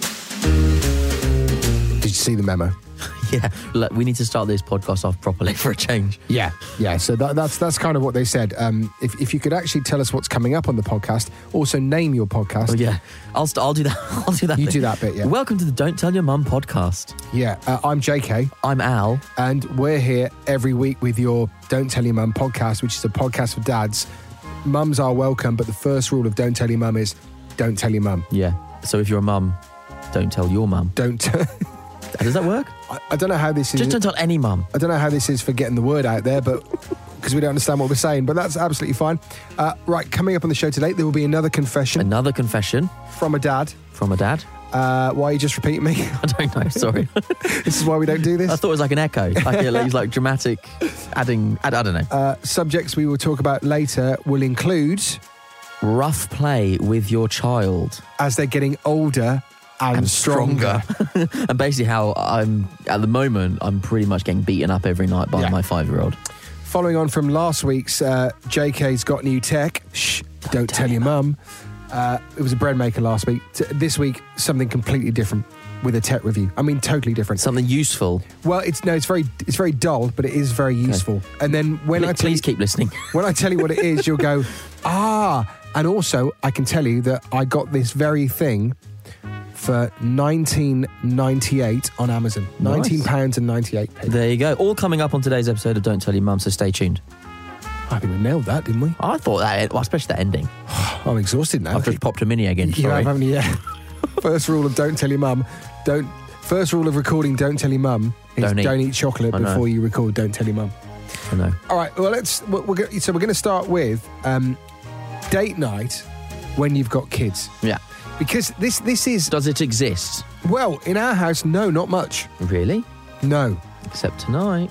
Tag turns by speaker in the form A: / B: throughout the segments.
A: Did you see the memo?
B: Yeah, look, we need to start this podcast off properly for a change.
A: Yeah, yeah. So that, that's that's kind of what they said. Um, if if you could actually tell us what's coming up on the podcast, also name your podcast.
B: Oh yeah, I'll st- I'll do that. I'll do that.
A: You
B: bit.
A: do that bit, yeah.
B: Welcome to the Don't Tell Your Mum podcast.
A: Yeah, uh, I'm JK,
B: I'm Al.
A: and we're here every week with your "Don't Tell Your Mum" podcast, which is a podcast for dads. Mums are welcome, but the first rule of "Don't Tell Your Mum" is "Don't Tell Your Mum."
B: Yeah. So if you're a mum, don't tell your mum.
A: Don't. I
B: Does that work?
A: I don't know how this is.
B: Just don't tell any mum.
A: I don't know how this is for getting the word out there, but because we don't understand what we're saying, but that's absolutely fine. Uh, right, coming up on the show today, there will be another confession
B: Another confession
A: from a dad.
B: from a dad.
A: Uh, why are you just repeating me?
B: I don't know. Sorry,
A: this is why we don't do
B: I
A: this.
B: thought it was like an echo. Like it was like dramatic, adding. I, I don't know.
A: Uh, subjects we will talk about later will include
B: Rough play with your child.
A: as they're getting older and, stronger.
B: and basically, how I'm at the moment, I'm pretty much getting beaten up every night by
A: Yeah.
B: my five year old.
A: Following on from last week's uh, JK's Got New Tech, shh, don't, tell, your mum. Uh, it was a bread maker last week. T- this week, something completely different with a tech review. I mean, totally different.
B: Something useful.
A: Well, it's no, it's very, it's very dull, but it is very useful. And then when I
B: Please,
A: tell you,
B: please keep listening.
A: when I tell you what it is, you'll go, ah. And also, I can tell you that I got this very thing for 19.98 on Amazon.
B: Nice.
A: 19 pounds and 98 pence.
B: There you go. All coming up on today's episode of Don't Tell Your Mum, so stay tuned.
A: I think we nailed that, didn't we?
B: I thought that, well, especially that ending.
A: I'm exhausted now.
B: Oh. I've just popped a mini again.
A: you
B: Sorry.
A: have, haven't you? Yeah. first rule of don't tell your mum. Don't. First rule of recording. Don't tell your mum. Is
B: Don't
A: don't
B: eat.
A: eat, chocolate
B: I know.
A: before you record. Don't tell your mum.
B: I know.
A: All right. Well, let's. We're, we're go- so we're going to start with um, date night when you've got kids,
B: Yeah.
A: because this this is
B: Does it exist?
A: well in our house. No, not much.
B: Really?
A: No.
B: Except tonight.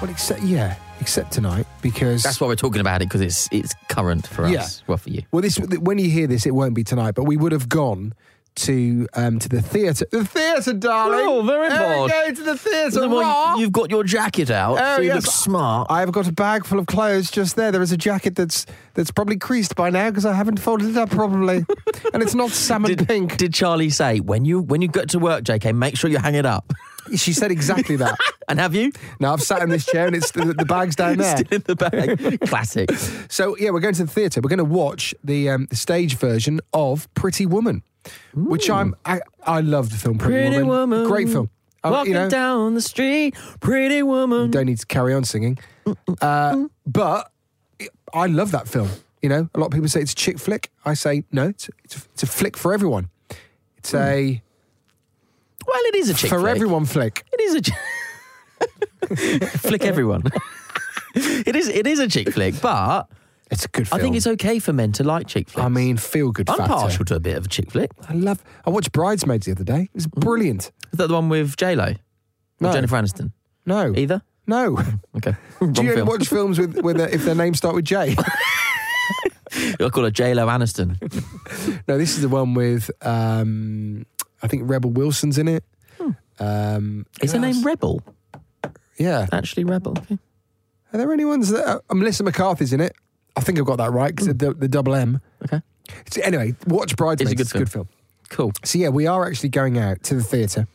A: Well, except yeah, except tonight because
B: That's why we're talking about it because it's it's current for us.
A: Yeah.
B: Well, for you.
A: Well, this when you hear this, it won't be tonight, but we would have gone to um, to the theatre. The theatre, darling.
B: Oh, very
A: There we
B: odd.
A: go to the theatre.
B: Well,
A: rah!
B: you've got your jacket out.
A: Oh,
B: so you
A: yes.
B: look smart.
A: I have got a bag full of clothes just there. There is a jacket that's that's probably creased by now because I haven't folded it up properly, and it's not salmon pink.
B: Did Charlie say when you when you get to work, JK, make sure you hang it up?
A: she said exactly that.
B: and have you?
A: now I've sat in this chair and it's the, the bag's down there.
B: Still in the bag. Classic.
A: So yeah, we're going to the theatre. We're going to watch the um, the stage version of Pretty Woman, which I'm I, I love the film Pretty,
B: Pretty woman.
A: Great film. Um,
B: Walking down the street, pretty woman.
A: don't need to carry on singing. Uh, but I love that film. You know, a lot of people say it's a chick flick. I say no, it's it's a, it's a flick for everyone. It's a
B: Well, it is a Hmm. chick
A: for
B: flick.
A: everyone flick.
B: It is a ch- flick everyone. it is it is a chick flick, but
A: It's a good
B: I
A: film.
B: think it's okay for men to like chick flicks.
A: I mean, feel good.
B: I'm
A: factor.
B: partial to a bit of a chick flick.
A: I love. I watched Bridesmaids the other day. It was
B: Hmm.
A: brilliant.
B: Is that the one with J Lo?
A: No.
B: Jennifer Aniston?
A: No,
B: Either?
A: no.
B: Okay.
A: Do you
B: Wrong film.
A: watch films with, with their- if their names start with J?
B: I call her J Lo Aniston.
A: no, this is the one with um, I think Rebel Wilson's in it.
B: Hmm.
A: Um,
B: Is
A: who
B: her name
A: else?
B: Rebel?
A: yeah.
B: Actually, Rebel. Okay.
A: Are there any ones that uh, Melissa McCarthy's in it? I think I've got that right because the, the double M.
B: Hmm. Okay.
A: So anyway, watch Bridesmaids.
B: good film. Cool.
A: So yeah, we are actually going out to the theatre.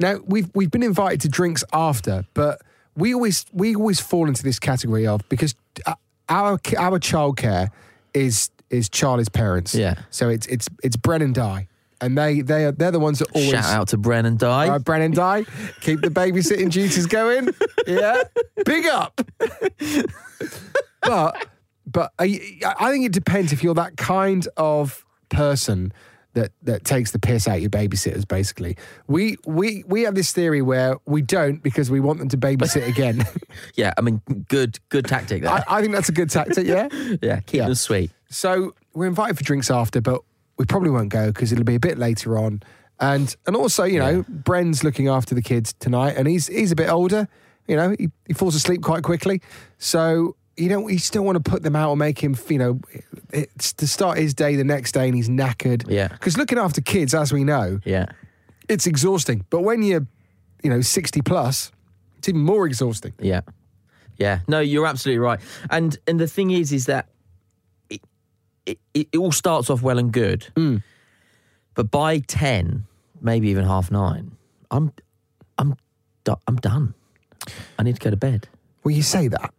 A: Now we've we've been invited to drinks after, but we always we always fall into this category of because uh, our ki- our childcare is is Charlie's parents.
B: Yeah.
A: So it's it's it's Bren and Di. and they they are they're the ones that always Uh,
B: Shout out to Bren and Di.
A: All right, Brennan Dye, keep the babysitting duties going. Yeah, big up. but but I, I think it depends if you're that kind of person that that takes the piss out your babysitters. Basically, we we we have this theory where we don't because we want them to babysit again.
B: yeah, I mean, good good tactic there.
A: I, I think that's a good tactic. Yeah.
B: yeah, keep
A: yeah.
B: them sweet.
A: So we're invited for drinks after, but we probably won't go because it'll be a bit later on. And and also, you know, Bren's looking after the kids tonight, and he's he's a bit older. You know, he, he falls asleep quite quickly, so you don't you still want to put them out or make him, you know, it's to start his day the next day, and he's knackered.
B: Yeah.
A: because looking after kids, as we know,
B: Yeah.
A: it's exhausting. But when you're, you know, sixty plus, it's even more exhausting.
B: Yeah. Yeah. No, you're absolutely right. And and the thing is is that it it, it all starts off well and good. But by 10, maybe even half 9, I'm I'm do- I'm done. I need to go to bed.
A: Well, you say that.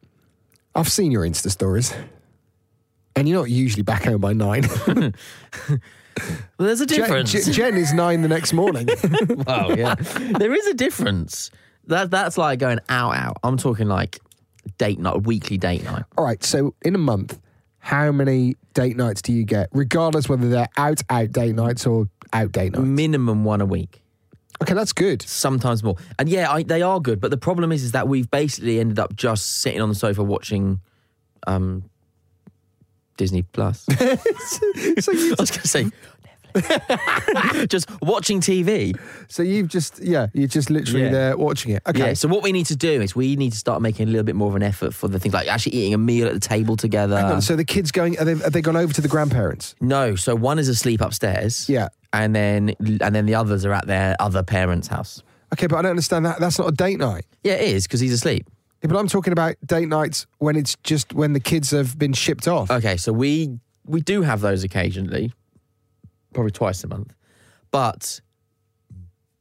A: I've seen your Insta stories. And you're not usually back home by nine.
B: Well, there's a
A: Jen,
B: difference.
A: Jen- Jen is nine the next morning.
B: Wow, yeah. there is a difference. That that's like going out out. I'm talking like date night, weekly date night.
A: All right, so in a month, how many date nights do you get, regardless whether they're out, out date nights or out date nights?
B: Minimum one a week.
A: Okay, that's good.
B: sometimes more. And yeah, I, they are good. But the problem is, is that we've basically ended up just sitting on the sofa watching um, Disney Plus. I
A: So, you,
B: was going to say. Netflix. just watching TV.
A: so you've just, yeah, you're just literally
B: Yeah.
A: there watching it. Okay.
B: Yeah. So what we need to do is we need to start making a little bit more of an effort for the things like actually eating a meal at the table
A: Hang
B: together.
A: on, so the kids going, are they, have they gone over to the grandparents?
B: no. So one is asleep upstairs.
A: Yeah.
B: And then and then the others are at their other parents' house.
A: Okay, but I don't understand that. That's not a date night.
B: Yeah, it is because he's asleep.
A: Yeah, but I'm talking about date nights when it's just when the kids have been shipped off.
B: Okay, so we we do have those occasionally, probably twice a month. But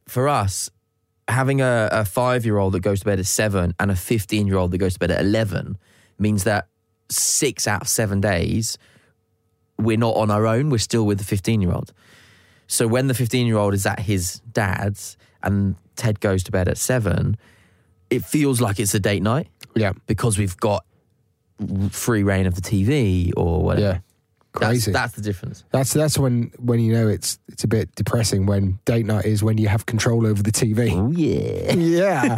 B: for us, having a, a five year old that goes to bed at seven and a fifteen year old that goes to bed at eleven means that six out of seven days we're not on our own. We're still with the fifteen year old. So when the fifteen year old is at his dad's and Ted goes to bed at seven, it feels like it's a date night
A: Yeah.
B: because we've got free reign of the TV or whatever.
A: Yeah. Crazy.
B: That's, that's the difference.
A: That's that's when when you know it's it's a bit depressing when date night is when you have control over the TV.
B: Oh yeah.
A: yeah.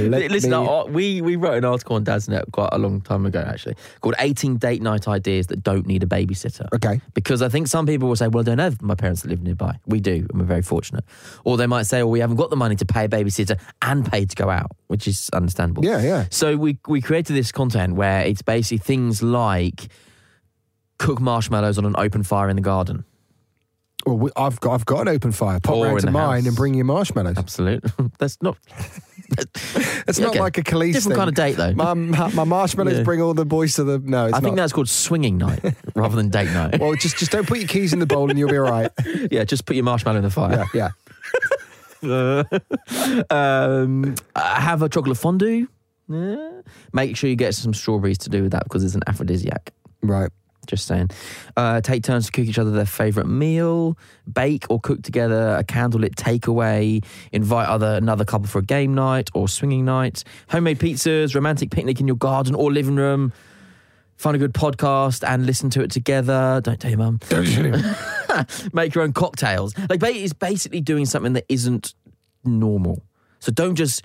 A: Let
B: Listen,
A: me-
B: I- we we wrote an article on Daznet quite a long time ago actually called 18 date night ideas that don't need a babysitter.
A: Okay.
B: Because I think some people will say, well, I don't have my parents that live nearby. We do, and we're very fortunate. Or they might say, well, we haven't got the money to pay a babysitter and pay to go out, which is understandable.
A: Yeah, yeah.
B: So we, we created this content where it's basically things like cook marshmallows on an open fire in the garden.
A: Well, we, I've got I've got an open fire. Pop
B: Or
A: round
B: in
A: to
B: the
A: mine
B: house.
A: and bring your marshmallows.
B: Absolute. That's not.
A: It's not
B: Okay.
A: like a Khalees
B: Different
A: thing.
B: kind of date, though.
A: My, my, my marshmallows bring all the boys to the no. It's
B: I think
A: not.
B: that's called swinging night rather than date night.
A: well, just just don't put your keys in the bowl and you'll be all right.
B: yeah, just put your marshmallow in the
A: Yeah,
B: fire.
A: yeah.
B: Um, uh, have a chocolate fondue. Yeah. Make sure you get some strawberries to do with that because it's an aphrodisiac.
A: Right.
B: Just saying. Uh, take turns to cook each other their favourite meal. Bake or cook together a candlelit takeaway. Invite other another couple for a game night or swinging night. Homemade pizzas, romantic picnic in your garden or living room. Find a good podcast and listen to it together. Don't tell your mum. Make your own cocktails. Like ba- it's basically doing something that isn't normal. So don't just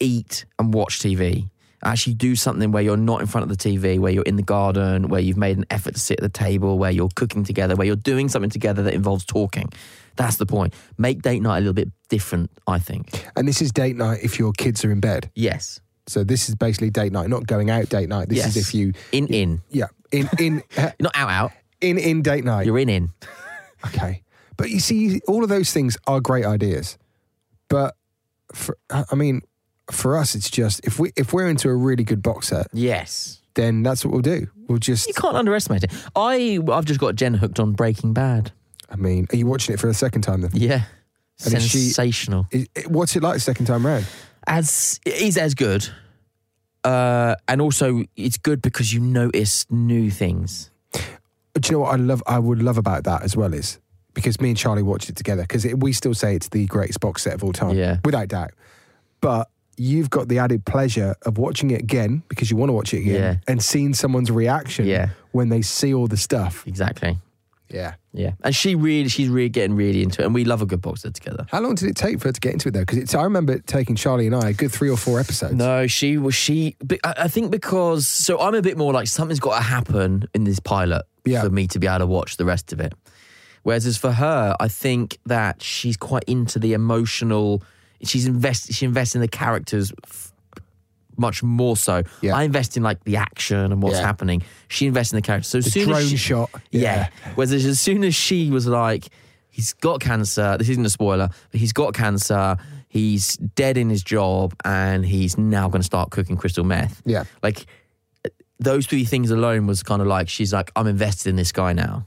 B: eat and watch TV. Actually, do something where you're not in front of the TV, where you're in the garden, where you've made an effort to sit at the table, where you're cooking together, where you're doing something together that involves talking. That's the point. Make date night a little bit different, I think.
A: And this is date night if your kids are in bed.
B: Yes.
A: So this is basically date night, not going out date night. This
B: yes.
A: is if you
B: in in.
A: yeah in in
B: You're not out out.
A: in in date night.
B: You're in in.
A: Okay. But you see, all of those things are great ideas. But for, I mean, for us, it's just if we if we're into a really good box set,
B: Yes.
A: then that's what we'll do. We'll just.
B: You can't underestimate it. I I've just got Jen hooked on Breaking Bad.
A: I mean, are you watching it for a second time then?
B: Yeah.
A: And is she-
B: Sensational.
A: Is- what's it like second time round?
B: as it is as good. Uh, and also, it's good because you notice new things.
A: Do you know what I love? I would love about that as well is because me and Charlie watched it together because we still say it's the greatest box set of all time,
B: Yeah.
A: without doubt. But you've got the added pleasure of watching it again because you want to watch it again
B: Yeah.
A: and seeing someone's reaction
B: Yeah.
A: when they see all the stuff.
B: Exactly.
A: Yeah.
B: Yeah. And she really, she's really getting really into it. And we love a good boxer together.
A: How long did it take for her to get into it though? Because I remember it taking Charlie and I a good three or four episodes.
B: No, she was she. be- I I think because so I'm a bit more like something's got to happen in this pilot
A: Yeah.
B: for me to be able to watch the rest of it. Whereas as for her, I think that she's quite into the emotional. She's invest. She invests in the characters f- much more so.
A: Yeah.
B: I invest in like the action and what's
A: Yeah.
B: happening. She invests in the characters. So as
A: The
B: soon
A: drone
B: as she,
A: shot.
B: yeah. Whereas as soon as she was like, he's got cancer, this isn't a spoiler, but he's got cancer, he's dead in his job, and he's now going to start cooking crystal meth.
A: Yeah.
B: Like, those three things alone was kind of like, she's like, I'm invested in this guy now.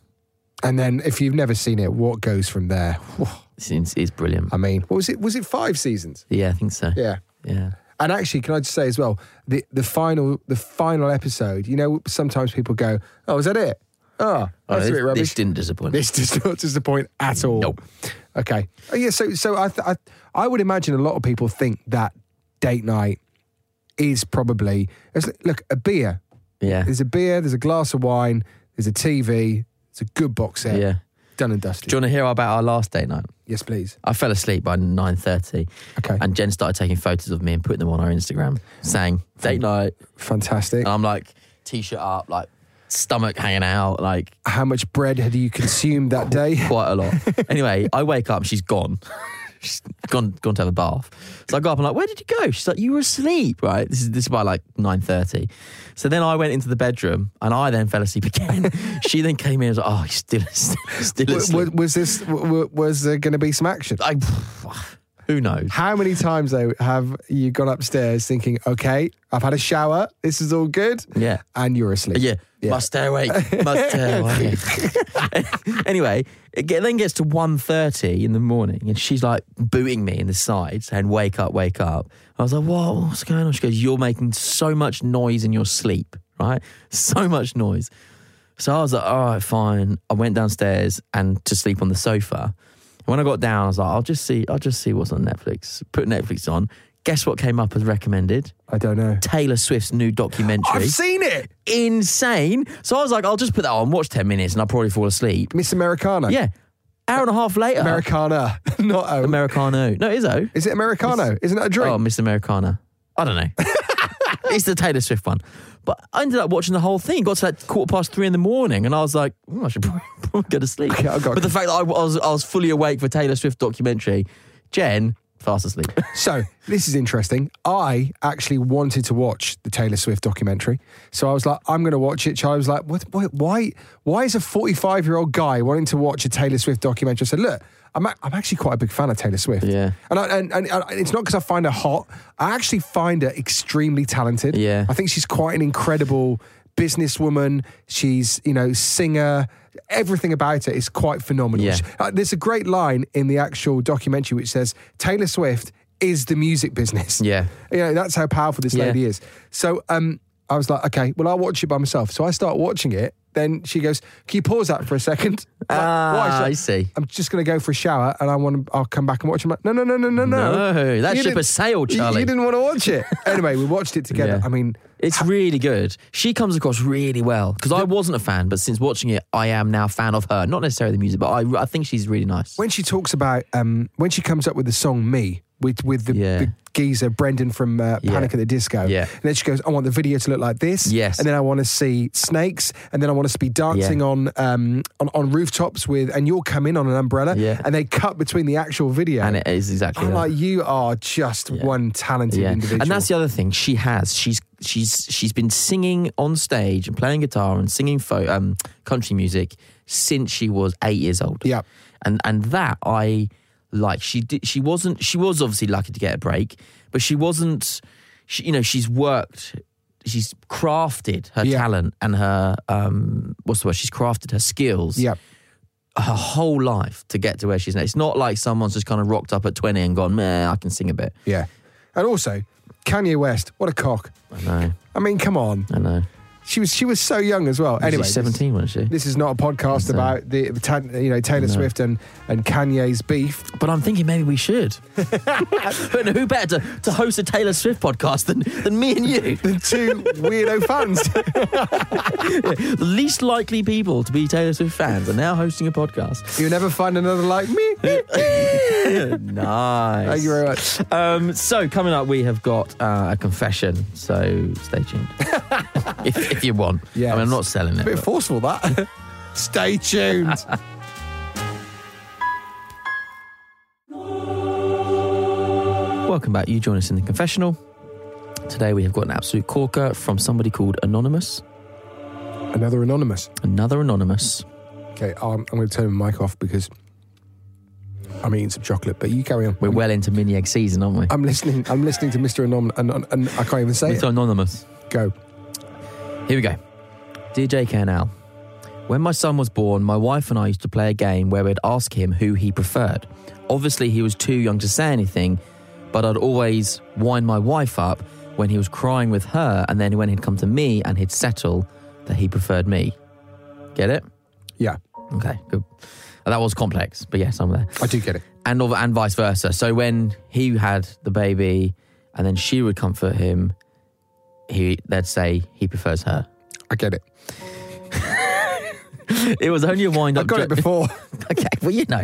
A: And then if you've never seen it, what goes from there?
B: It's, it's, it's brilliant.
A: I mean, what was it? Was it five seasons?
B: Yeah, I think so.
A: Yeah.
B: Yeah.
A: And actually, can I just say as well, the the final the final episode. You know, sometimes people go, "Oh, is that it? Oh,
B: Oh,
A: that's a
B: this,
A: bit rubbish."
B: this didn't disappoint.
A: This does not disappoint at all.
B: Nope.
A: Okay. Oh, yeah. So, so I, th- I, I would imagine a lot of people think that date night is probably it's like- look a beer.
B: yeah.
A: There's a beer. There's a glass of wine. There's a TV. It's a good box set.
B: Yeah.
A: Done and dusted.
B: Do you want to hear about our last date night?
A: yes, please.
B: I fell asleep by 9.30
A: Okay.
B: and Jen started taking photos of me and putting them on our Instagram saying, date night,
A: Fantastic.
B: And I'm like, t shirt up, like stomach hanging out, like
A: How much bread had you consumed that day?
B: quite a lot. anyway, I wake up and she's gone. She's gone gone to have a bath. So I go up and like, where did you go? She's like, you were asleep, right? This is this is by like nine thirty. So then I went into the bedroom and I then fell asleep again. she then came in and was like, oh, he's still asleep. Still
A: was,
B: asleep.
A: was this w- w- was there going to be some action?
B: I, who knows?
A: How many times though have you gone upstairs thinking, okay, I've had a shower, this is all good,
B: Yeah.
A: and you're asleep?
B: Yeah. Must stay awake. Must stay awake. anyway, it get- then gets to 1.30 in the morning and she's like booting me in the side saying, wake up, wake up. I was like, what? What's going on? She goes, you're making so much noise in your sleep, right? So much noise. So I was like, all right, fine. I went downstairs and to sleep on the sofa. And when I got down, I was like, I'll just see, I'll just see what's on Netflix. Put Netflix on. Guess what came up as recommended?
A: I don't know.
B: Taylor Swift's new documentary
A: I've seen it,
B: insane. So I was like, I'll just put that on, watch 10 minutes, and I'll probably fall asleep.
A: Miss Americana.
B: Yeah. Hour and a half later.
A: Americana, not O.
B: Americano. No, it is O.
A: is it Americano? Isn't that a drink?
B: Oh, Miss Americana. I don't know. it's the Taylor Swift one. But I ended up watching the whole thing. Got to like quarter past three in the morning, and I was like, "Hmm, I should probably, probably go to sleep.
A: Okay, I've got-
B: but the fact that I was, I was fully awake for Taylor Swift documentary, Jen, fast asleep.
A: So this is interesting. I actually wanted to watch the Taylor Swift documentary, so I was like, "I'm going to watch it." Charlie was like, "What? what- Why? Why is a 45 year old guy wanting to watch a Taylor Swift documentary?" I said, "Look, I'm a- I'm actually quite a big fan of Taylor Swift.
B: Yeah.
A: and I, and, and, and it's not because I find her hot. I actually find her extremely talented.
B: Yeah.
A: I think she's quite an incredible businesswoman. She's you know singer. Everything about her is quite phenomenal.
B: Yeah.
A: She- uh, there's a great line in the actual documentary which says Taylor Swift is the music business.
B: Yeah.
A: You know, that's how powerful this
B: Yeah.
A: lady is. So um, I was like, okay, well, I'll watch it by myself. So I start watching it. Then she goes, can you pause that for a second? I'm like, "Why?" She's
B: Ah,
A: like,
B: I see.
A: I'm just going to go for a shower and I want to, I'll come back and watch it. I'm like, no, no, no, no, no, no.
B: No, that
A: You
B: ship
A: didn't-
B: has sailed,
A: you- You,
B: Charlie.
A: didn't want to watch it. anyway, we watched it together.
B: Yeah.
A: I mean,
B: It's really good. She comes across really well because I wasn't a fan, but since watching it, I am now a fan of her. Not necessarily the music, but I, I think she's really nice.
A: when she talks about um, when she comes up with the song "Me" with with the,
B: Yeah.
A: the geezer Brendan from uh,
B: Yeah.
A: Panic at the Disco,
B: Yeah.
A: and then she goes, "I want the video to look like this,
B: Yes.
A: and then I want to see snakes, and then I want us to be dancing on, um, on on rooftops with, and you'll come in on an umbrella,
B: Yeah.
A: and they cut between the actual video,
B: And it is exactly
A: I'm
B: that.
A: like, you are just one talented
B: yeah.
A: individual,
B: And that's the other thing she has. She's she's she's been singing on stage and playing guitar and singing fo- um, country music since she was eight years old.
A: Yeah.
B: and and that I like. She did. She wasn't. She was obviously lucky to get a break, but she wasn't. She, you know, she's worked. She's crafted her
A: Yeah.
B: talent and her um, what's the word? She's crafted her skills
A: yeah,
B: her whole life to get to where she's now. It's not like someone's just kind of rocked up at twenty and gone, "Meh, I can sing a bit."
A: yeah, and also Kanye West, what a cock.
B: I know.
A: I mean, come on.
B: I know.
A: She was she was so young as well. Anyway,
B: she's
A: this-
B: 17, wasn't she?
A: This is not a podcast
B: So-
A: about the the tan- you know Taylor
B: uh, No.
A: Swift and, and Kanye's beef.
B: But I'm thinking maybe we should. but who better to, to host a Taylor Swift podcast than, than me and you?
A: The two weirdo fans.
B: the least likely people to be Taylor Swift fans are now hosting a podcast.
A: You'll never find another like me. Uh,
B: nice.
A: Thank you very much.
B: Um, so coming up, we have got uh, a confession. So stay tuned if, if you want.
A: Yes.
B: I mean, I'm not selling it.
A: bit
B: but-
A: forceful that. Stay tuned.
B: Welcome back. You join us in the confessional. Today we have got an absolute corker from somebody called Anonymous.
A: Another anonymous.
B: Another Anonymous.
A: Okay, um, I'm, I'm going to turn my mic off because I'm eating some chocolate. But you carry on.
B: We're well into mini egg season, aren't we?
A: I'm listening. I'm listening to Mr. Anon. Anon, Anon I can't even say
B: Mr.
A: it.
B: Anonymous.
A: Go.
B: Here we go. Dear JK and Al, when my son was born, my wife and I used to play a game where we'd ask him who he preferred. Obviously, he was too young to say anything, but I'd always wind my wife up when he was crying with her, and then when he'd come to me and he'd settle that he preferred me. Get it?
A: Yeah,
B: Okay, good. That was complex, but yes, I'm there
A: I do get it.
B: and of- and vice versa. So when he had the baby, and then she would comfort him, he they'd say he prefers her.
A: I get it.
B: It was only a wind
A: I
B: up.
A: got it before.
B: okay, well you know,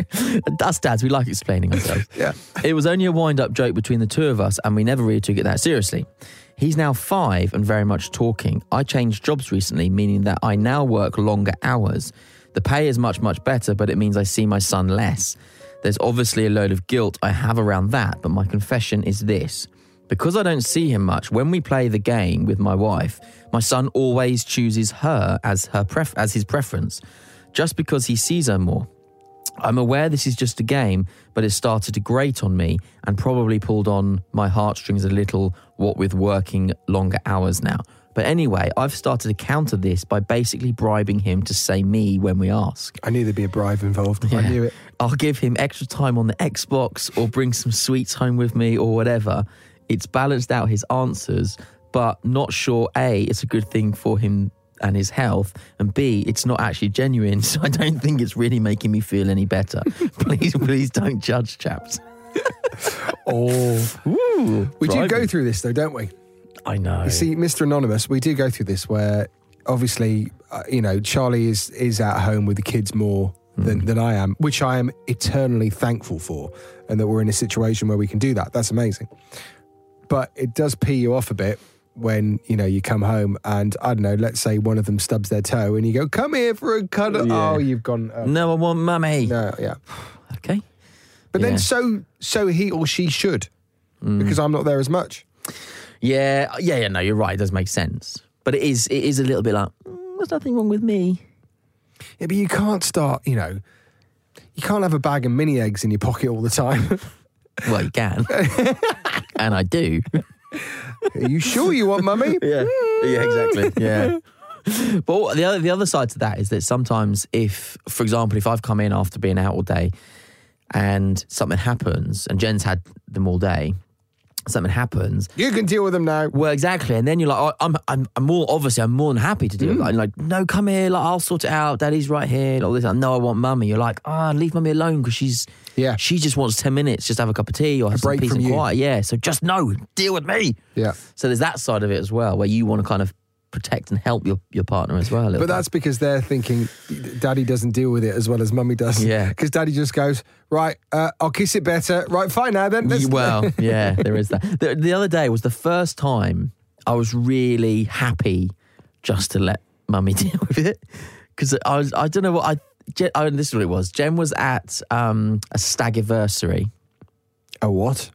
B: us dads we like explaining ourselves.
A: yeah.
B: It was only a wind up joke between the two of us, and we never really took it that seriously. He's now five and very much talking. I changed jobs recently, meaning that I now work longer hours. The pay is much, much better, but it means I see my son less. There's obviously a load of guilt I have around that, but my confession is this. Because I don't see him much, when we play the game with my wife, my son always chooses her as her pref- as his preference, just because he sees her more. I'm aware this is just a game, but it started to grate on me and probably pulled on my heartstrings a little, what with working longer hours now. But anyway, I've started to counter this by basically bribing him to say me when we ask.
A: I knew there'd be a bribe involved. I knew it.
B: I'll give him extra time on the Xbox or bring some sweets home with me or whatever. It's balanced out his answers, but not sure A, it's a good thing for him and his health, and B, it's not actually genuine, so I don't think it's really making me feel any better. please, please don't judge, chaps.
A: Oh, we do
B: Bribing.
A: go through this though, don't we?
B: I know.
A: You see, Mr. Anonymous, we do go through this where obviously, uh, you know, Charlie is is at home with the kids more
B: Hmm.
A: than, than I am, which I am eternally thankful for, and that we're in a situation where we can do that. That's amazing. But it does pee you off a bit when you know you come home and I don't know, let's say one of them stubs their toe and you go, "Come here for a cuddle."
B: Yeah.
A: Oh, you've gone. Oh,
B: no, I want mummy.
A: no, yeah.
B: Okay.
A: But
B: Yeah. Hmm.
A: then so so he or she should, because I'm not there as much.
B: Yeah, yeah, yeah, no, you're right. It does make sense. But it is, it is a little bit like, "Mm, there's nothing wrong with me.
A: Yeah, but you can't start, you know, you can't have a bag of mini eggs in your pocket all the time.
B: Well, you can. and I do.
A: Are you sure you want mummy?
B: Yeah. Yeah, exactly. Yeah. But the other the other side to that is that sometimes if for example if I've come in after being out all day and something happens and Jen's had them all day, something happens.
A: You can deal with them now.
B: Well, exactly, and then you're like, oh, I'm, I'm, I'm more obviously, I'm more than happy to do it. Like, like, no, come here, like I'll sort it out. Daddy's right here. and all this, like, no, I want mummy. You're like, ah, leave mummy alone because she's,
A: Yeah.
B: she just wants ten minutes, just have a cup of tea or have some
A: break
B: peace
A: from
B: and
A: you.
B: quiet. Yeah, so just no, deal with me.
A: Yeah.
B: So there's that side of it as well, where you want to kind of protect and help your, your partner as well. a little
A: But that's because they're thinking daddy doesn't deal with it as well as mummy does.
B: Yeah.
A: Because daddy just goes, right, uh, I'll kiss it better. Right, fine now then.
B: bit.
A: Let's-
B: well, yeah, there is that. The, the other day was the first time I was really happy just to let mummy deal with it because I was I don't know what I. Jen, oh, this is what it was. Jen was at um, a stagiversary.
A: A what?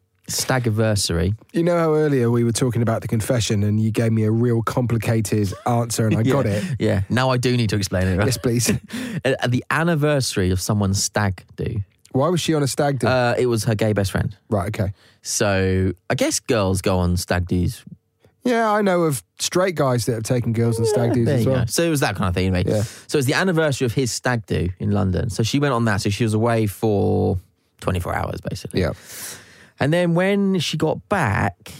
B: Stagiversary.
A: You know how earlier we were talking about the confession and you gave me a real complicated answer and I got it?
B: Yeah. Now I do need to explain it. Right?
A: Yes, please.
B: At the anniversary of someone's stag do,
A: Why was she on a stag do?
B: uh, it was her gay best friend.
A: right, okay.
B: So I guess girls go on stag do's
A: Yeah, I know of straight guys that have taken girls on stag do's
B: There
A: as
B: you
A: well.
B: go. So it was that kind of thing, anyway.
A: Yeah.
B: So it was the anniversary of his stag do in London. So she went on that. So she was away for 24 hours, basically.
A: Yeah.
B: And then when she got back,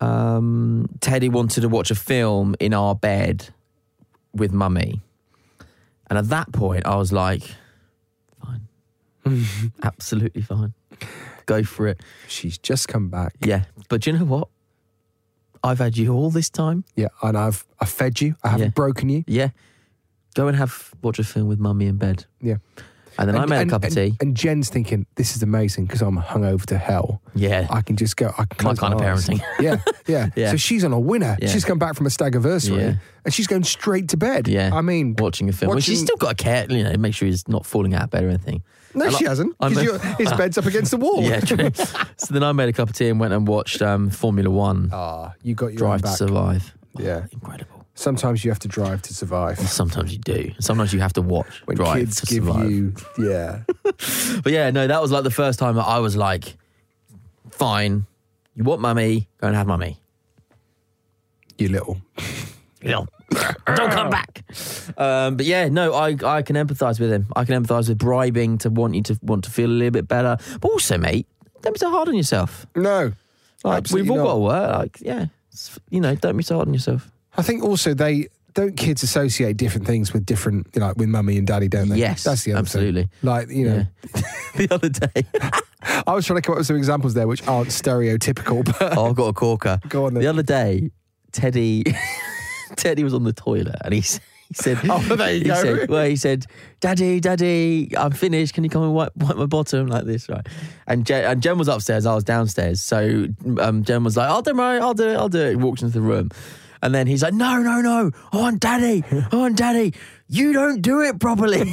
B: um, Teddy wanted to watch a film in our bed with mummy. And at that point, I was like, fine. Absolutely fine. Go for it.
A: She's just come back.
B: Yeah. But do you know what? I've had you all this time.
A: Yeah, and I've I fed you. I haven't
B: Yeah.
A: broken you.
B: Yeah. Go and have watch a film with mummy in bed.
A: Yeah.
B: And then I made a cup
A: and-
B: of tea.
A: And Jen's thinking, this is amazing because I'm hungover to hell.
B: yeah.
A: I can just go. I can
B: My
A: close
B: kind of
A: eyes.
B: parenting.
A: yeah, yeah,
B: Yeah.
A: So she's on a winner.
B: Yeah.
A: She's come back from a stag anniversary
B: Yeah.
A: and she's going straight to bed.
B: yeah.
A: I mean,
B: watching a film. Well, she's
A: watching-
B: still got to care, you know, make sure he's not falling out of bed or anything.
A: no,
B: And
A: she
B: I-
A: hasn't.
B: I
A: 'cause
B: remember-
A: you're- his bed's up against the wall.
B: Yeah, true. so then I made a cup of tea and went and watched um, Formula One
A: Ah, you got your
B: Drive
A: own
B: to
A: back.
B: Survive.
A: Yeah.
B: Incredible.
A: Sometimes you have to drive to survive.
B: Sometimes you do. Sometimes you have to watch
A: When
B: Drive
A: kids
B: to
A: give
B: Survive.
A: you, yeah,
B: But yeah, no, that was like the first time that I was like, fine, you want mummy, go and have mummy.
A: you little.
B: You know, don't come back. Um, but yeah, no, I, I can empathise with him. I can empathise with bribing to want you to want to feel a little bit better. But also, mate, don't be so hard on yourself.
A: No,
B: Like,
A: absolutely
B: we've all
A: not.
B: got to work. Like, yeah, It's- you know, don't be so hard on yourself.
A: I think also they don't kids associate different things with different you know, like with mummy and daddy, don't they?
B: Yes,
A: that's the other thing.
B: absolutely.
A: Like you know,
B: the other day,
A: I was trying to come up with some examples there which aren't stereotypical, but
B: oh, I've got a corker.
A: Go on then.
B: The other day, Teddy, Teddy was on the toilet, and he. s- He said,
A: Oh, there you
B: he
A: go.
B: said- well, he said, Daddy, Daddy, I'm finished. Can you come and wipe, wipe my bottom like this, right? And Jen, and Jen was upstairs. I was downstairs. So um, Jen was like, I'll do it. I'll do it. I'll do it. He walked into the room. And then he's like, No, no, no. I want Daddy. I want Daddy. You don't do it properly.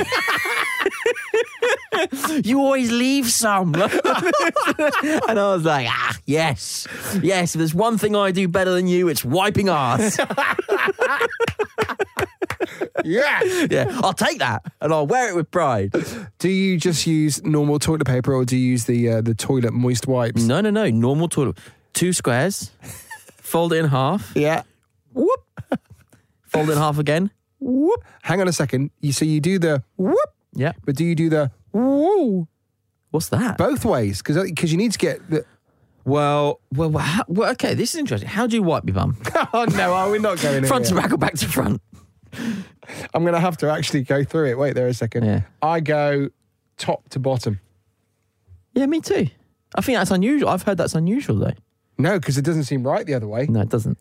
B: you always leave some. and I was like, ah, yes, yes. If there's one thing I do better than you, it's wiping ass.
A: yeah.
B: yeah, I'll take that and I'll wear it with pride.
A: Do you just use normal toilet paper or do you use the uh, the toilet moist wipes?
B: No, no, no. Normal toilet. Two squares, fold it in half,
A: Yeah.
B: whoop, fold it in half again.
A: Whoop. Hang on a second. You so you do the whoop,
B: Yeah.
A: but do you do the whoa
B: What's that?
A: both ways? Because because you need to get the.
B: well, well, well, how, well, okay, this is interesting. How do you wipe your bum?
A: Oh no, are we not going in
B: front to
A: here?
B: back or back to front?
A: I'm going to have to actually go through it. Wait there a second.
B: Yeah.
A: I go top to bottom.
B: Yeah, me too. I think that's unusual. I've heard that's unusual though.
A: No, because it doesn't seem right the other way.
B: No, it doesn't.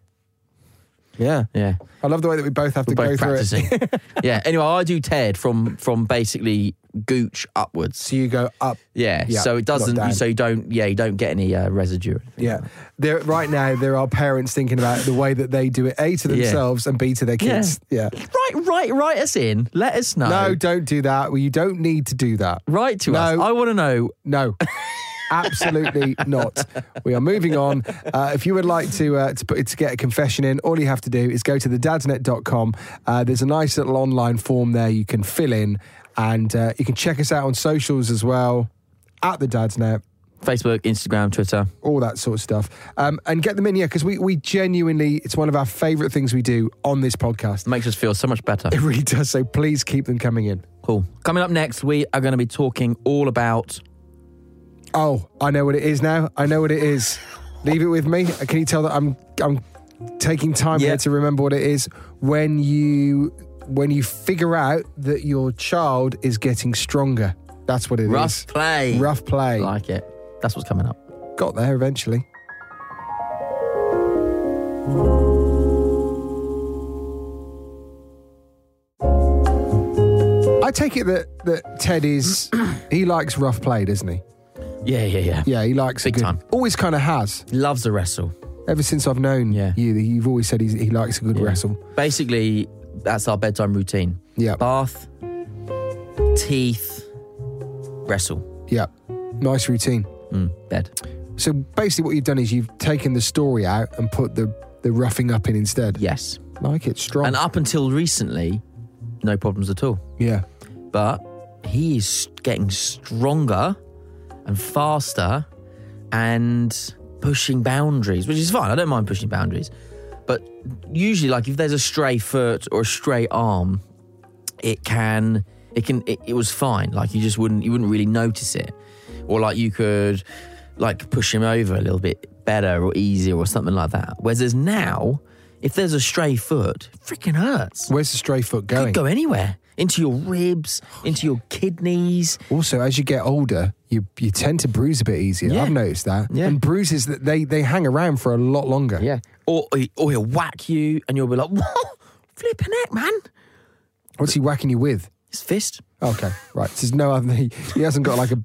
A: Yeah.
B: Yeah.
A: I love the way that we both have to
B: We're
A: go
B: both
A: through it.
B: practicing. yeah. Anyway, I do Ted from from basically gooch upwards.
A: So you go up.
B: Yeah.
A: Yeah,
B: so it
A: not
B: doesn't.
A: down.
B: So you don't. Yeah, you don't get any uh, residue.
A: Yeah. There right now there are parents thinking about the way that they do it A to
B: Yeah.
A: themselves and B to their kids. Yeah.
B: Right. Right. Write us in. Let us know.
A: No, don't do that. Well, you don't need to do that.
B: Write to us.
A: No.
B: I want to know.
A: No. Absolutely not. We are moving on. Uh, if you would like to uh, to, put, to get a confession in, all you have to do is go to thedadsnet.com. Uh, there's a nice little online form there you can fill in, and uh, you can check us out on socials as well at the Dadsnet.
B: Facebook, Instagram, Twitter.
A: all that sort of stuff. Um, and get them in, yeah, because we, we genuinely, it's one of our favourite things we do on this podcast.
B: Makes us feel so much better.
A: It really does. So please keep them coming in.
B: Cool. Coming up next, we are going to be talking all about.
A: Oh, I know what it is now. I know what it is. Leave it with me. Uh, Can you tell that I'm I'm taking time
B: Yeah.
A: here to remember what it is when you when you figure out that your child is getting stronger. That's what it is.
B: Rough play.
A: Rough play.
B: Like it. That's what's coming up.
A: Got there eventually. I take it that, that Ted is he likes rough play, doesn't he?
B: Yeah. Yeah. Yeah.
A: Yeah, he likes
B: Big
A: a good,
B: time.
A: Always kind of has.
B: Loves a wrestle.
A: Ever since I've known
B: Yeah.
A: you, you've always said he's, he likes a good wrestle.
B: Basically, that's our bedtime routine.
A: Yeah,
B: Bath, teeth, wrestle, Mm,
A: yeah. Nice routine.
B: bed.
A: So basically, what you've done is you've taken the story out and put the the roughing up in instead.
B: Yes.
A: Like it's strong.
B: And up until recently, no problems at all.
A: yeah,
B: But he is getting stronger and faster and pushing boundaries, which is fine. I don't mind pushing boundaries. But usually, like if there's a stray foot or a stray arm, it can it can it, it was fine like you just wouldn't you wouldn't really notice it or like you could like push him over a little bit better or easier or something like that whereas there's now if there's a stray foot, it freaking hurts.
A: Where's the stray foot
B: It
A: going? Oh,
B: could go anywhere into your ribs, into your kidneys.
A: Also, as you get older, you you tend to bruise a bit easier.
B: Yeah.
A: I've noticed that.
B: Yeah.
A: And bruises that they they hang around for a lot longer.
B: Yeah. Or, or he- or he'll whack you and you'll be like, whoa, flipping heck, man.
A: What's he whacking you with?
B: His fist.
A: Okay, right. So There's no other. He, he hasn't got like a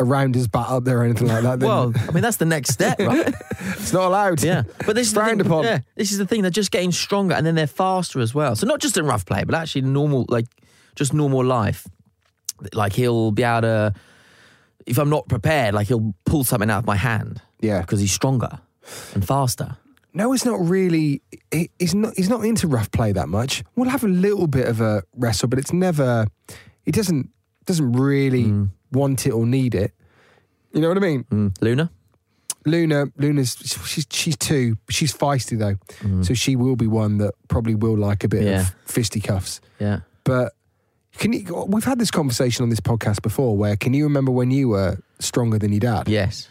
A: around his bat up there or anything like that. then
B: Well, I mean, that's the next step, right?
A: it's not allowed.
B: Yeah, but this is the
A: frowned
B: thing,
A: upon.
B: Yeah, this is the thing. They're just getting stronger, and then they're faster as well. So not just in rough play, but actually normal, like just normal life. Like he'll be able to, if I'm not prepared, like he'll pull something out of my hand.
A: Yeah.
B: because he's stronger and faster.
A: No, it's not really. he- He's not. He's not into rough play that much. We'll have a little bit of a wrestle, but it's never. He doesn't doesn't really want it or need it. You know what I mean?
B: Mm. Luna,
A: Luna, Luna's she's she's two. She's feisty though, so she will be one that probably will like a bit
B: Mm. Yeah.
A: of fisticuffs.
B: yeah,
A: But can you? We've had this conversation on this podcast before. Where can you remember when you were stronger than your dad?
B: yes,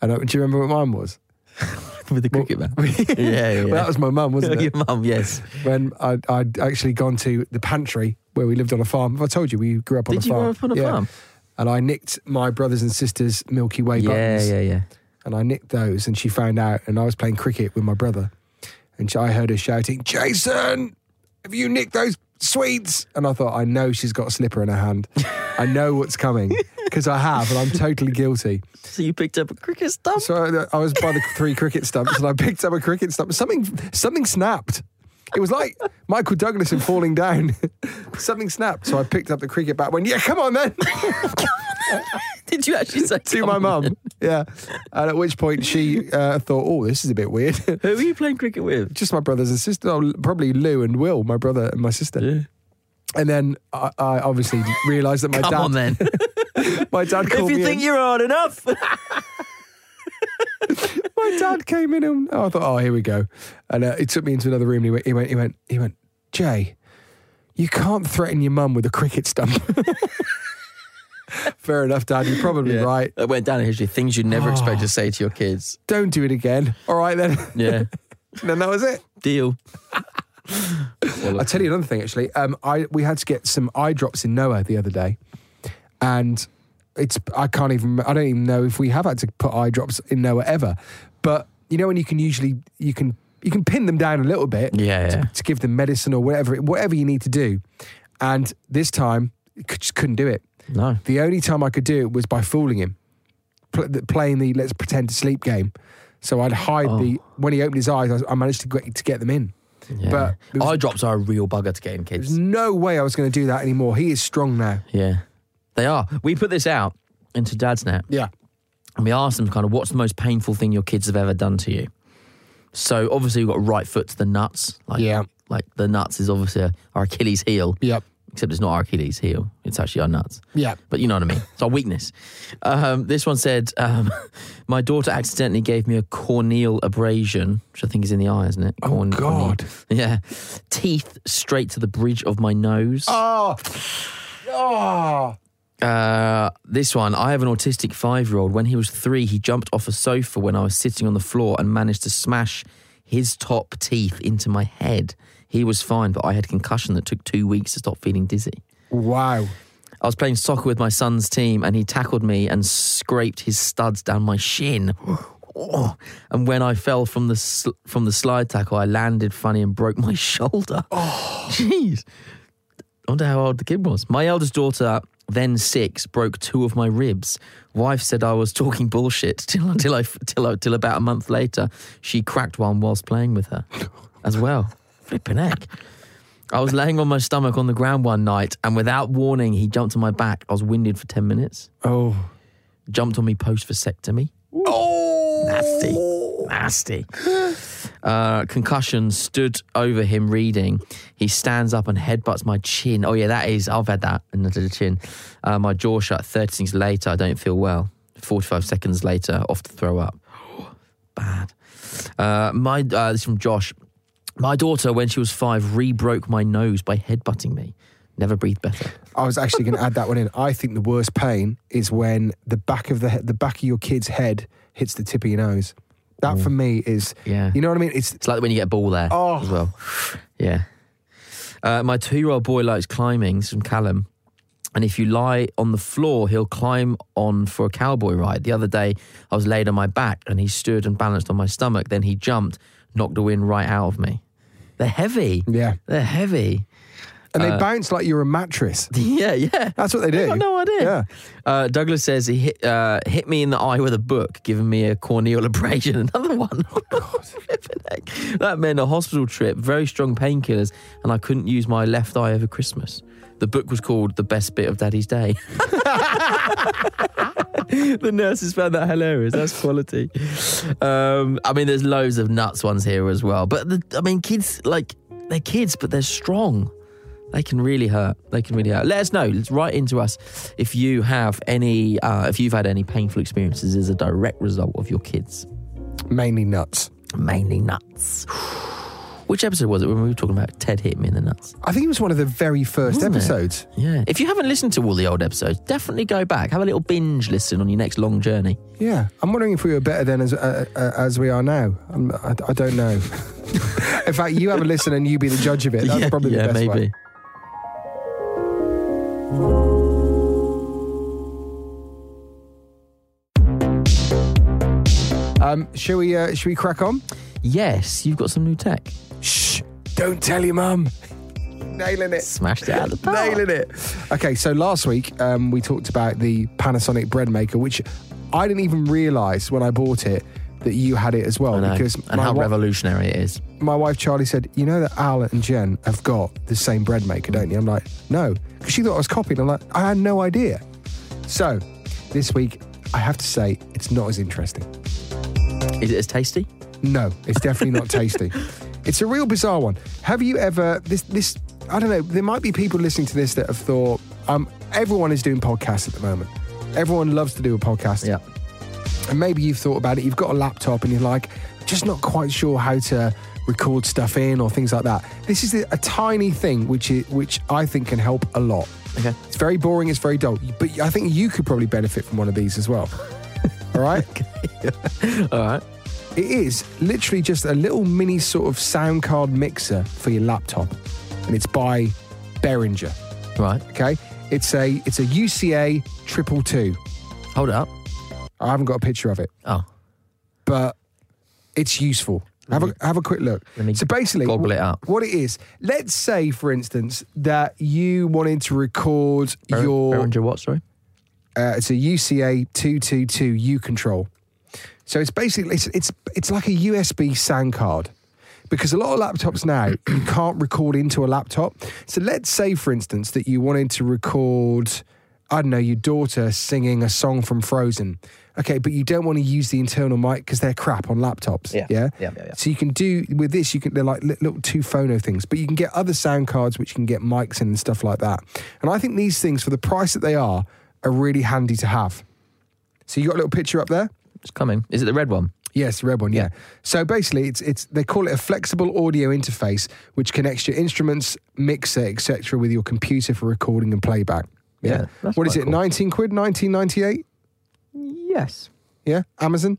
A: And uh, do you remember what mine was?
B: with the cricket bat. yeah, yeah.
A: Well, that was my mum, wasn't it?
B: your mum. Yes.
A: When I'd, I'd actually gone to the pantry where we lived on a farm. Have I told you we grew up on
B: Did
A: a
B: you
A: farm?
B: grow up on a
A: Yeah.
B: farm?
A: And I nicked my brothers and sisters' Milky Way
B: Yeah,
A: buttons.
B: yeah, yeah.
A: and I nicked those, and she found out, and I was playing cricket with my brother, and she, I heard her shouting, "Jason, have you nicked those sweets?" And I thought, I know she's got a slipper in her hand, I know what's coming because I have, and I'm totally guilty.
B: So you picked up a cricket stump.
A: So I, I was by the three cricket stumps, and I picked up a cricket stump. Something, something snapped. It was like Michael Douglas in Falling Down. something snapped, so I picked up the cricket bat. Went, yeah, come on then.
B: Did you actually say
A: to my
B: come on?
A: mum, yeah. And at which point she uh, thought, "Oh, this is a bit weird."
B: Who were you playing cricket with?
A: just my brothers and sisters. Oh, probably Lou and Will, my brother and my sister. And then I, I obviously realised that my
B: Come
A: dad,
B: on then.
A: my dad
B: if
A: called
B: you
A: me.
B: think
A: in.
B: you're hard enough.
A: my dad came in and oh, I thought, oh, here we go. And uh, he took me into another room. And he went, he went, he went, he went. Jay, you can't threaten your mum with a cricket stump. Fair enough, Dad. You're probably right.
B: It went down in history. Things you'd never expect to say to your kids.
A: Don't do it again. All right then.
B: Yeah.
A: and then that was it.
B: Deal.
A: I'll tell you another thing actually. Um, I we had to get some eye drops in Noah the other day, and it's I can't even I don't even know if we have had to put eye drops in Noah ever, but you know when you can usually you can you can pin them down a little bit
B: Yeah,
A: to,
B: yeah.
A: to give them medicine or whatever whatever you need to do, and this time I could- just couldn't do it.
B: No.
A: The only time I could do it was by fooling him, pl- the- playing the let's pretend to sleep game. So I'd hide
B: Oh.
A: the when he opened his eyes, I, I managed to get to get them in. But it was-
B: eye drops are a real bugger to get in kids.
A: no way I was going to do that anymore. He is strong now.
B: Yeah. They are. We put this out into Dad's Net
A: Yeah.
B: and we asked them kind of what's the most painful thing your kids have ever done to you. So obviously we've got right foot to the nuts. Like,
A: Yeah.
B: Like the nuts is obviously our Achilles heel.
A: Yep.
B: Except it's not our Achilles heel. It's actually our nuts.
A: Yeah.
B: But you know what I mean. It's our weakness. Um, this one said, um, "My daughter accidentally gave me a corneal abrasion, which I think is in the eye, isn't it? Corn-
A: Oh, God.
B: corneal. Yeah, teeth straight to the bridge of my nose.
A: Oh. Oh.
B: Uh, this one, I have an autistic five-year-old. When he was three, he jumped off a sofa when I was sitting on the floor and managed to smash his top teeth into my head. He was fine, but I had concussion that took two weeks to stop feeling dizzy."
A: Wow.
B: I was playing soccer with my son's team and he tackled me and scraped his studs down my shin. Oh. And when I fell from the sl- from the slide tackle, I landed funny and broke my shoulder. Oh, jeez! I wonder how old the kid was. My eldest daughter, then six, broke two of my ribs. Wife said I was talking bullshit till till I till I- till about a month later, she cracked one whilst playing with her, as well. Flipping heck. I was laying on my stomach on the ground one night, and without warning, he jumped on my back. I was winded for 10 minutes,
A: Oh.
B: jumped on me post vasectomy.
A: Oh.
B: Nasty. Nasty. Uh, concussion, stood over him reading. He stands up and headbutts my chin. Oh, yeah, that is, I've had that, and the chin. Uh, my jaw shut. 30 seconds later, I don't feel well. 45 seconds later, off to throw up. Bad. Uh, my, uh, this is from Josh. My daughter, when she was five, re broke my nose by headbutting me. Never breathed better.
A: I was actually going to add that one in. I think the worst pain is when the back of the he- the back of your kid's head hits the tip of your nose. That for me is,
B: Yeah.
A: you know what I mean? It's
B: It's like when you get a ball there
A: Oh.
B: as well. Yeah. Uh, my two year old boy likes climbing. This is from Callum. And if you lie on the floor, he'll climb on for a cowboy ride. The other day, I was laid on my back and he stood and balanced on my stomach. Then he jumped, knocked the wind right out of me. They're heavy.
A: yeah,
B: They're heavy.
A: and
B: Uh,
A: they bounce like you're a mattress.
B: Yeah, yeah.
A: That's what they do.
B: I got no idea.
A: Yeah.
B: Uh, Douglas says he hit, uh, hit me in the eye with a book, giving me a corneal abrasion. Another one.
A: Oh,
B: Flippin' heck. that meant a hospital trip, very strong painkillers, and I couldn't use my left eye over Christmas. The book was called The Best Bit of Daddy's Day. the nurses found that hilarious. That's quality. Um, I mean, there's loads of nuts ones here as well. But the, I mean, kids like they're kids, but they're strong. They can really hurt. They can really hurt. Let us know. Let's write into us if you have any, uh, if you've had any painful experiences as a direct result of your kids,
A: Mainly nuts.
B: mainly nuts. Which episode was it when we were talking about Ted hit me in the nuts?
A: I think it was one of the very 1st
B: Wasn't it?
A: episodes.
B: Yeah. If you haven't listened to all the old episodes, definitely go back. Have a little binge listen on your next long journey.
A: Yeah, I'm wondering if we were better then as uh, uh, as we are now. I'm, I, I don't know. In fact, you have a listen and you be the judge of it. That's probably the best
B: maybe.
A: way. Um, shall we? Uh, shall we crack on?
B: Yes, you've got some new tech.
A: Shh! Don't tell your mum. Nailing it.
B: Smashed it out of the park.
A: Nailing it. Okay, so last week um, we talked about the Panasonic bread maker, which I didn't even realise when I bought it that you had it as well.
B: I know.
A: Because
B: and how
A: wa-
B: revolutionary it is.
A: my wife Charlie said, "You know that Al and Jen have got the same bread maker, don't you?" I'm like, "No," because she thought I was copying. I'm like, "I had no idea." So this week, I have to say it's not as interesting.
B: Is it as tasty?
A: No, it's definitely not tasty. It's a real bizarre one. Have you ever this this I don't know, there might be people listening to this that have thought um everyone is doing podcasts at the moment. Everyone loves to do a podcast. And maybe you've thought about it, you've got a laptop and you're like just not quite sure how to record stuff in or things like that. This is a tiny thing which is, which I think can help a lot.
B: Okay.
A: It's very boring, it's very dull, but I think you could probably benefit from one of these as well. All right?
B: All right.
A: It is literally just a little mini sort of sound card mixer for your laptop, and it's by Behringer.
B: Right.
A: Okay, it's a it's a UCA triple two.
B: Hold it up.
A: I haven't got a picture of it,
B: Oh,
A: but it's useful. Have a have a quick look.
B: Mm-hmm. Let me
A: so basically,
B: goggle
A: wh-
B: it up.
A: What it is? Let's say, for instance, that you wanted to record
B: Behringer-
A: your
B: Behringer what? Sorry.
A: Uh, it's a UCA two two two U control. So it's basically it's it's it's like a USB sound card because a lot of laptops now you can't record into a laptop. So let's say, for instance, that you wanted to record. I don't know, your daughter singing a song from Frozen. Okay, but you don't want to use the internal mic because they're crap on laptops.
B: Yeah.
A: Yeah?
B: Yeah, yeah, yeah.
A: So you can do with this, you can they're like li- little two phono things, but you can get other sound cards which you can get mics in and stuff like that. And I think these things, for the price that they are, are really handy to have. So you got a little picture up there?
B: It's coming. Is it the red one?
A: Yes, the red one. Yeah. So basically, it's it's they call it a flexible audio interface, which connects your instruments, mixer, etc., with your computer for recording and playback.
B: Yeah, that's
A: what is
B: quite
A: it?
B: cool.
A: Nineteen quid? Nineteen ninety eight?
B: Yes.
A: Yeah. Amazon.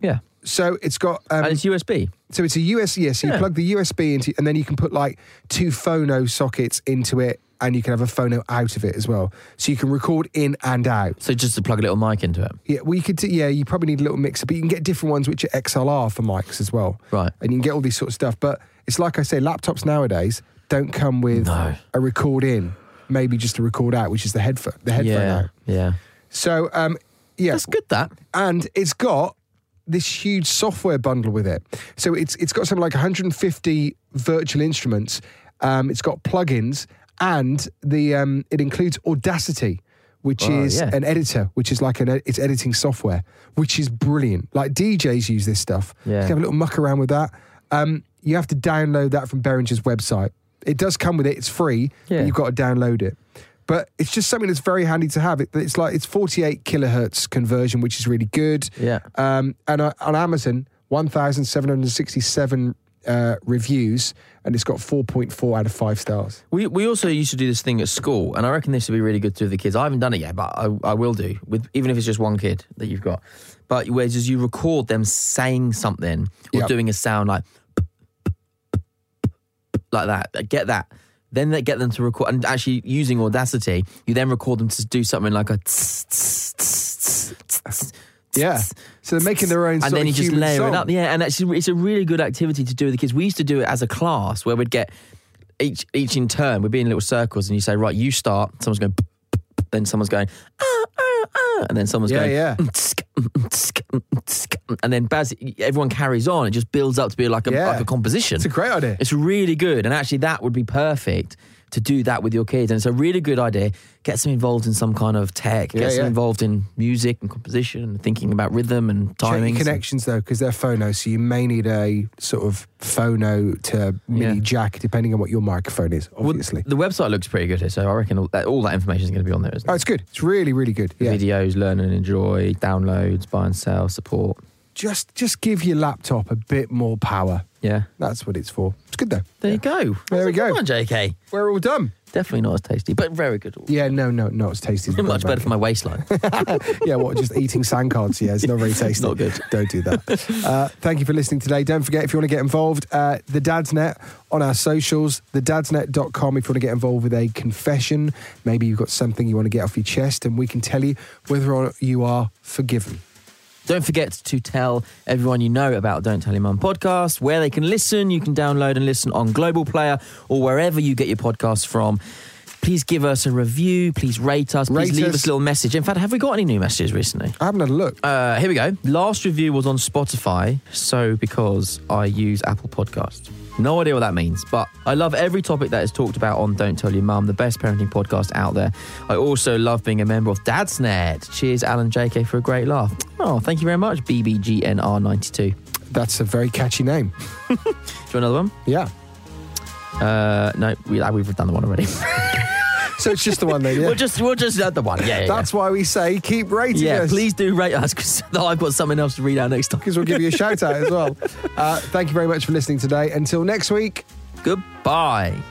B: Yeah.
A: So it's got um,
B: and it's USB.
A: so it's a USB. Yeah, so you
B: Yeah.
A: plug the USB into, and then you can put like two phono sockets into it, and you can have a phono out of it as well. So you can record in and out.
B: So just to plug a little mic into it.
A: Yeah, well, you could. do- yeah, you probably need a little mixer, but you can get different ones which are XLR for mics as well.
B: Right.
A: and you can get all these sort of stuff. But it's like I say, laptops nowadays don't come with
B: No.
A: a record in, maybe just a record out, which is the headphone. The headphone
B: yeah.
A: out.
B: Yeah.
A: So, um, yeah,
B: That's good. That.
A: and it's got this huge software bundle with it. So it's it's got something like 150 virtual instruments. Um, it's got plugins, and the um, it includes Audacity, which
B: Wow,
A: is
B: yeah.
A: an editor, which is like an ed- it's editing software, which is brilliant. Like DJs use this stuff.
B: Yeah.
A: You can have a little muck around with that. Um, you have to download that from Behringer's website. It does come with it. It's free,
B: Yeah.
A: but you've got to download it. But it's just something that's very handy to have. It, it's like it's 48 kilohertz conversion, which is really good.
B: Yeah.
A: Um, and uh, on Amazon, 1,767 uh, reviews, and it's got 4.4 out of five stars.
B: We, we also used to do this thing at school, and I reckon this would be really good to the kids. I haven't done it yet, but I, I will do, with even if it's just one kid that you've got. But whereas as you record them saying something or
A: Yep.
B: doing a sound like like that, get that. Then they get them to record, and actually using Audacity, you then record them to do something like a. tss, tss, tss, tss, tss,
A: Yeah.
B: tss
A: So they're making their own
B: and
A: sort
B: then
A: of
B: you just
A: human
B: layer
A: song.
B: it up. Yeah, and actually, it's a really good activity to do with the kids. We used to do it as a class where we'd get each each in turn. We'd be in little circles, and you say, "Right, you start." Someone's going, then someone's going, ah, ah, ah, and then someone's
A: Yeah,
B: going,
A: yeah.
B: "Mm, tsk, mm, mm, tsk, mm, mm, tsk," and then Baz. Everyone carries on. It just builds up to be like a
A: Yeah.
B: like a composition.
A: It's a great idea.
B: It's really good, and actually, that would be perfect to do that with your kids. And it's a really good idea. Get them involved in some kind of tech. Get
A: Yeah,
B: them
A: yeah.
B: involved in music and composition, and thinking about rhythm and
A: Check
B: timing.
A: your connections though, because they're phono, so you may need a sort of phono to mini
B: Yeah.
A: jack, depending on what your microphone is. Obviously,
B: The website looks pretty good here, so I reckon all that, all that information is going to be on there, isn't
A: oh,
B: it?
A: it's good. It's really, really good. Yeah,
B: Videos, learn and enjoy, downloads, buy and sell, support.
A: just just give your laptop a bit more power.
B: Yeah.
A: That's what it's for. It's good though.
B: There you go.
A: There
B: That's
A: we
B: a good
A: go.
B: One, JK.
A: We're all done.
B: Definitely not as tasty, but very good.
A: Yeah, no, no, not as tasty. as the
B: Much
A: Bud
B: better for my waistline.
A: yeah, what? Just eating sand cards? Yeah, it's not very tasty.
B: Not good.
A: Don't do that. Uh, thank you for listening today. Don't forget, if you want to get involved, uh, the Dad's Net on our socials, thedadsnet.com. If you want to get involved with a confession, maybe you've got something you want to get off your chest, and we can tell you whether or not you are forgiven.
B: Don't forget to tell everyone you know about Don't Tell Your Mum podcast, where they can listen. You can download and listen on Global Player or wherever you get your podcasts from. Please give us a review. Please rate us. Please
A: Rate
B: leave
A: us.
B: us a little message. In fact, have we got any new messages recently?
A: I haven't had a look.
B: Uh, here we go. Last review was on Spotify, so because I use Apple Podcasts. No idea what that means, but I love every topic that is talked about on Don't Tell Your Mum, the best parenting podcast out there. I also love being a member of Dadsnet. Cheers, Alan JK, for a great laugh. Oh, thank you very much, BBGNR92. Do you
A: That's a very catchy name.
B: want another one?
A: Yeah.
B: Uh, no, we, uh, we've done the one already.
A: So it's just the one then. Yeah.
B: we'll just we'll just add the one. Yeah, yeah, yeah.
A: That's why we say keep rating
B: yeah.
A: us.
B: Please do rate us because I've got something else to read out next time.
A: Because we'll give you a shout out as well. Uh, thank you very much for listening today. Until next week.
B: Goodbye.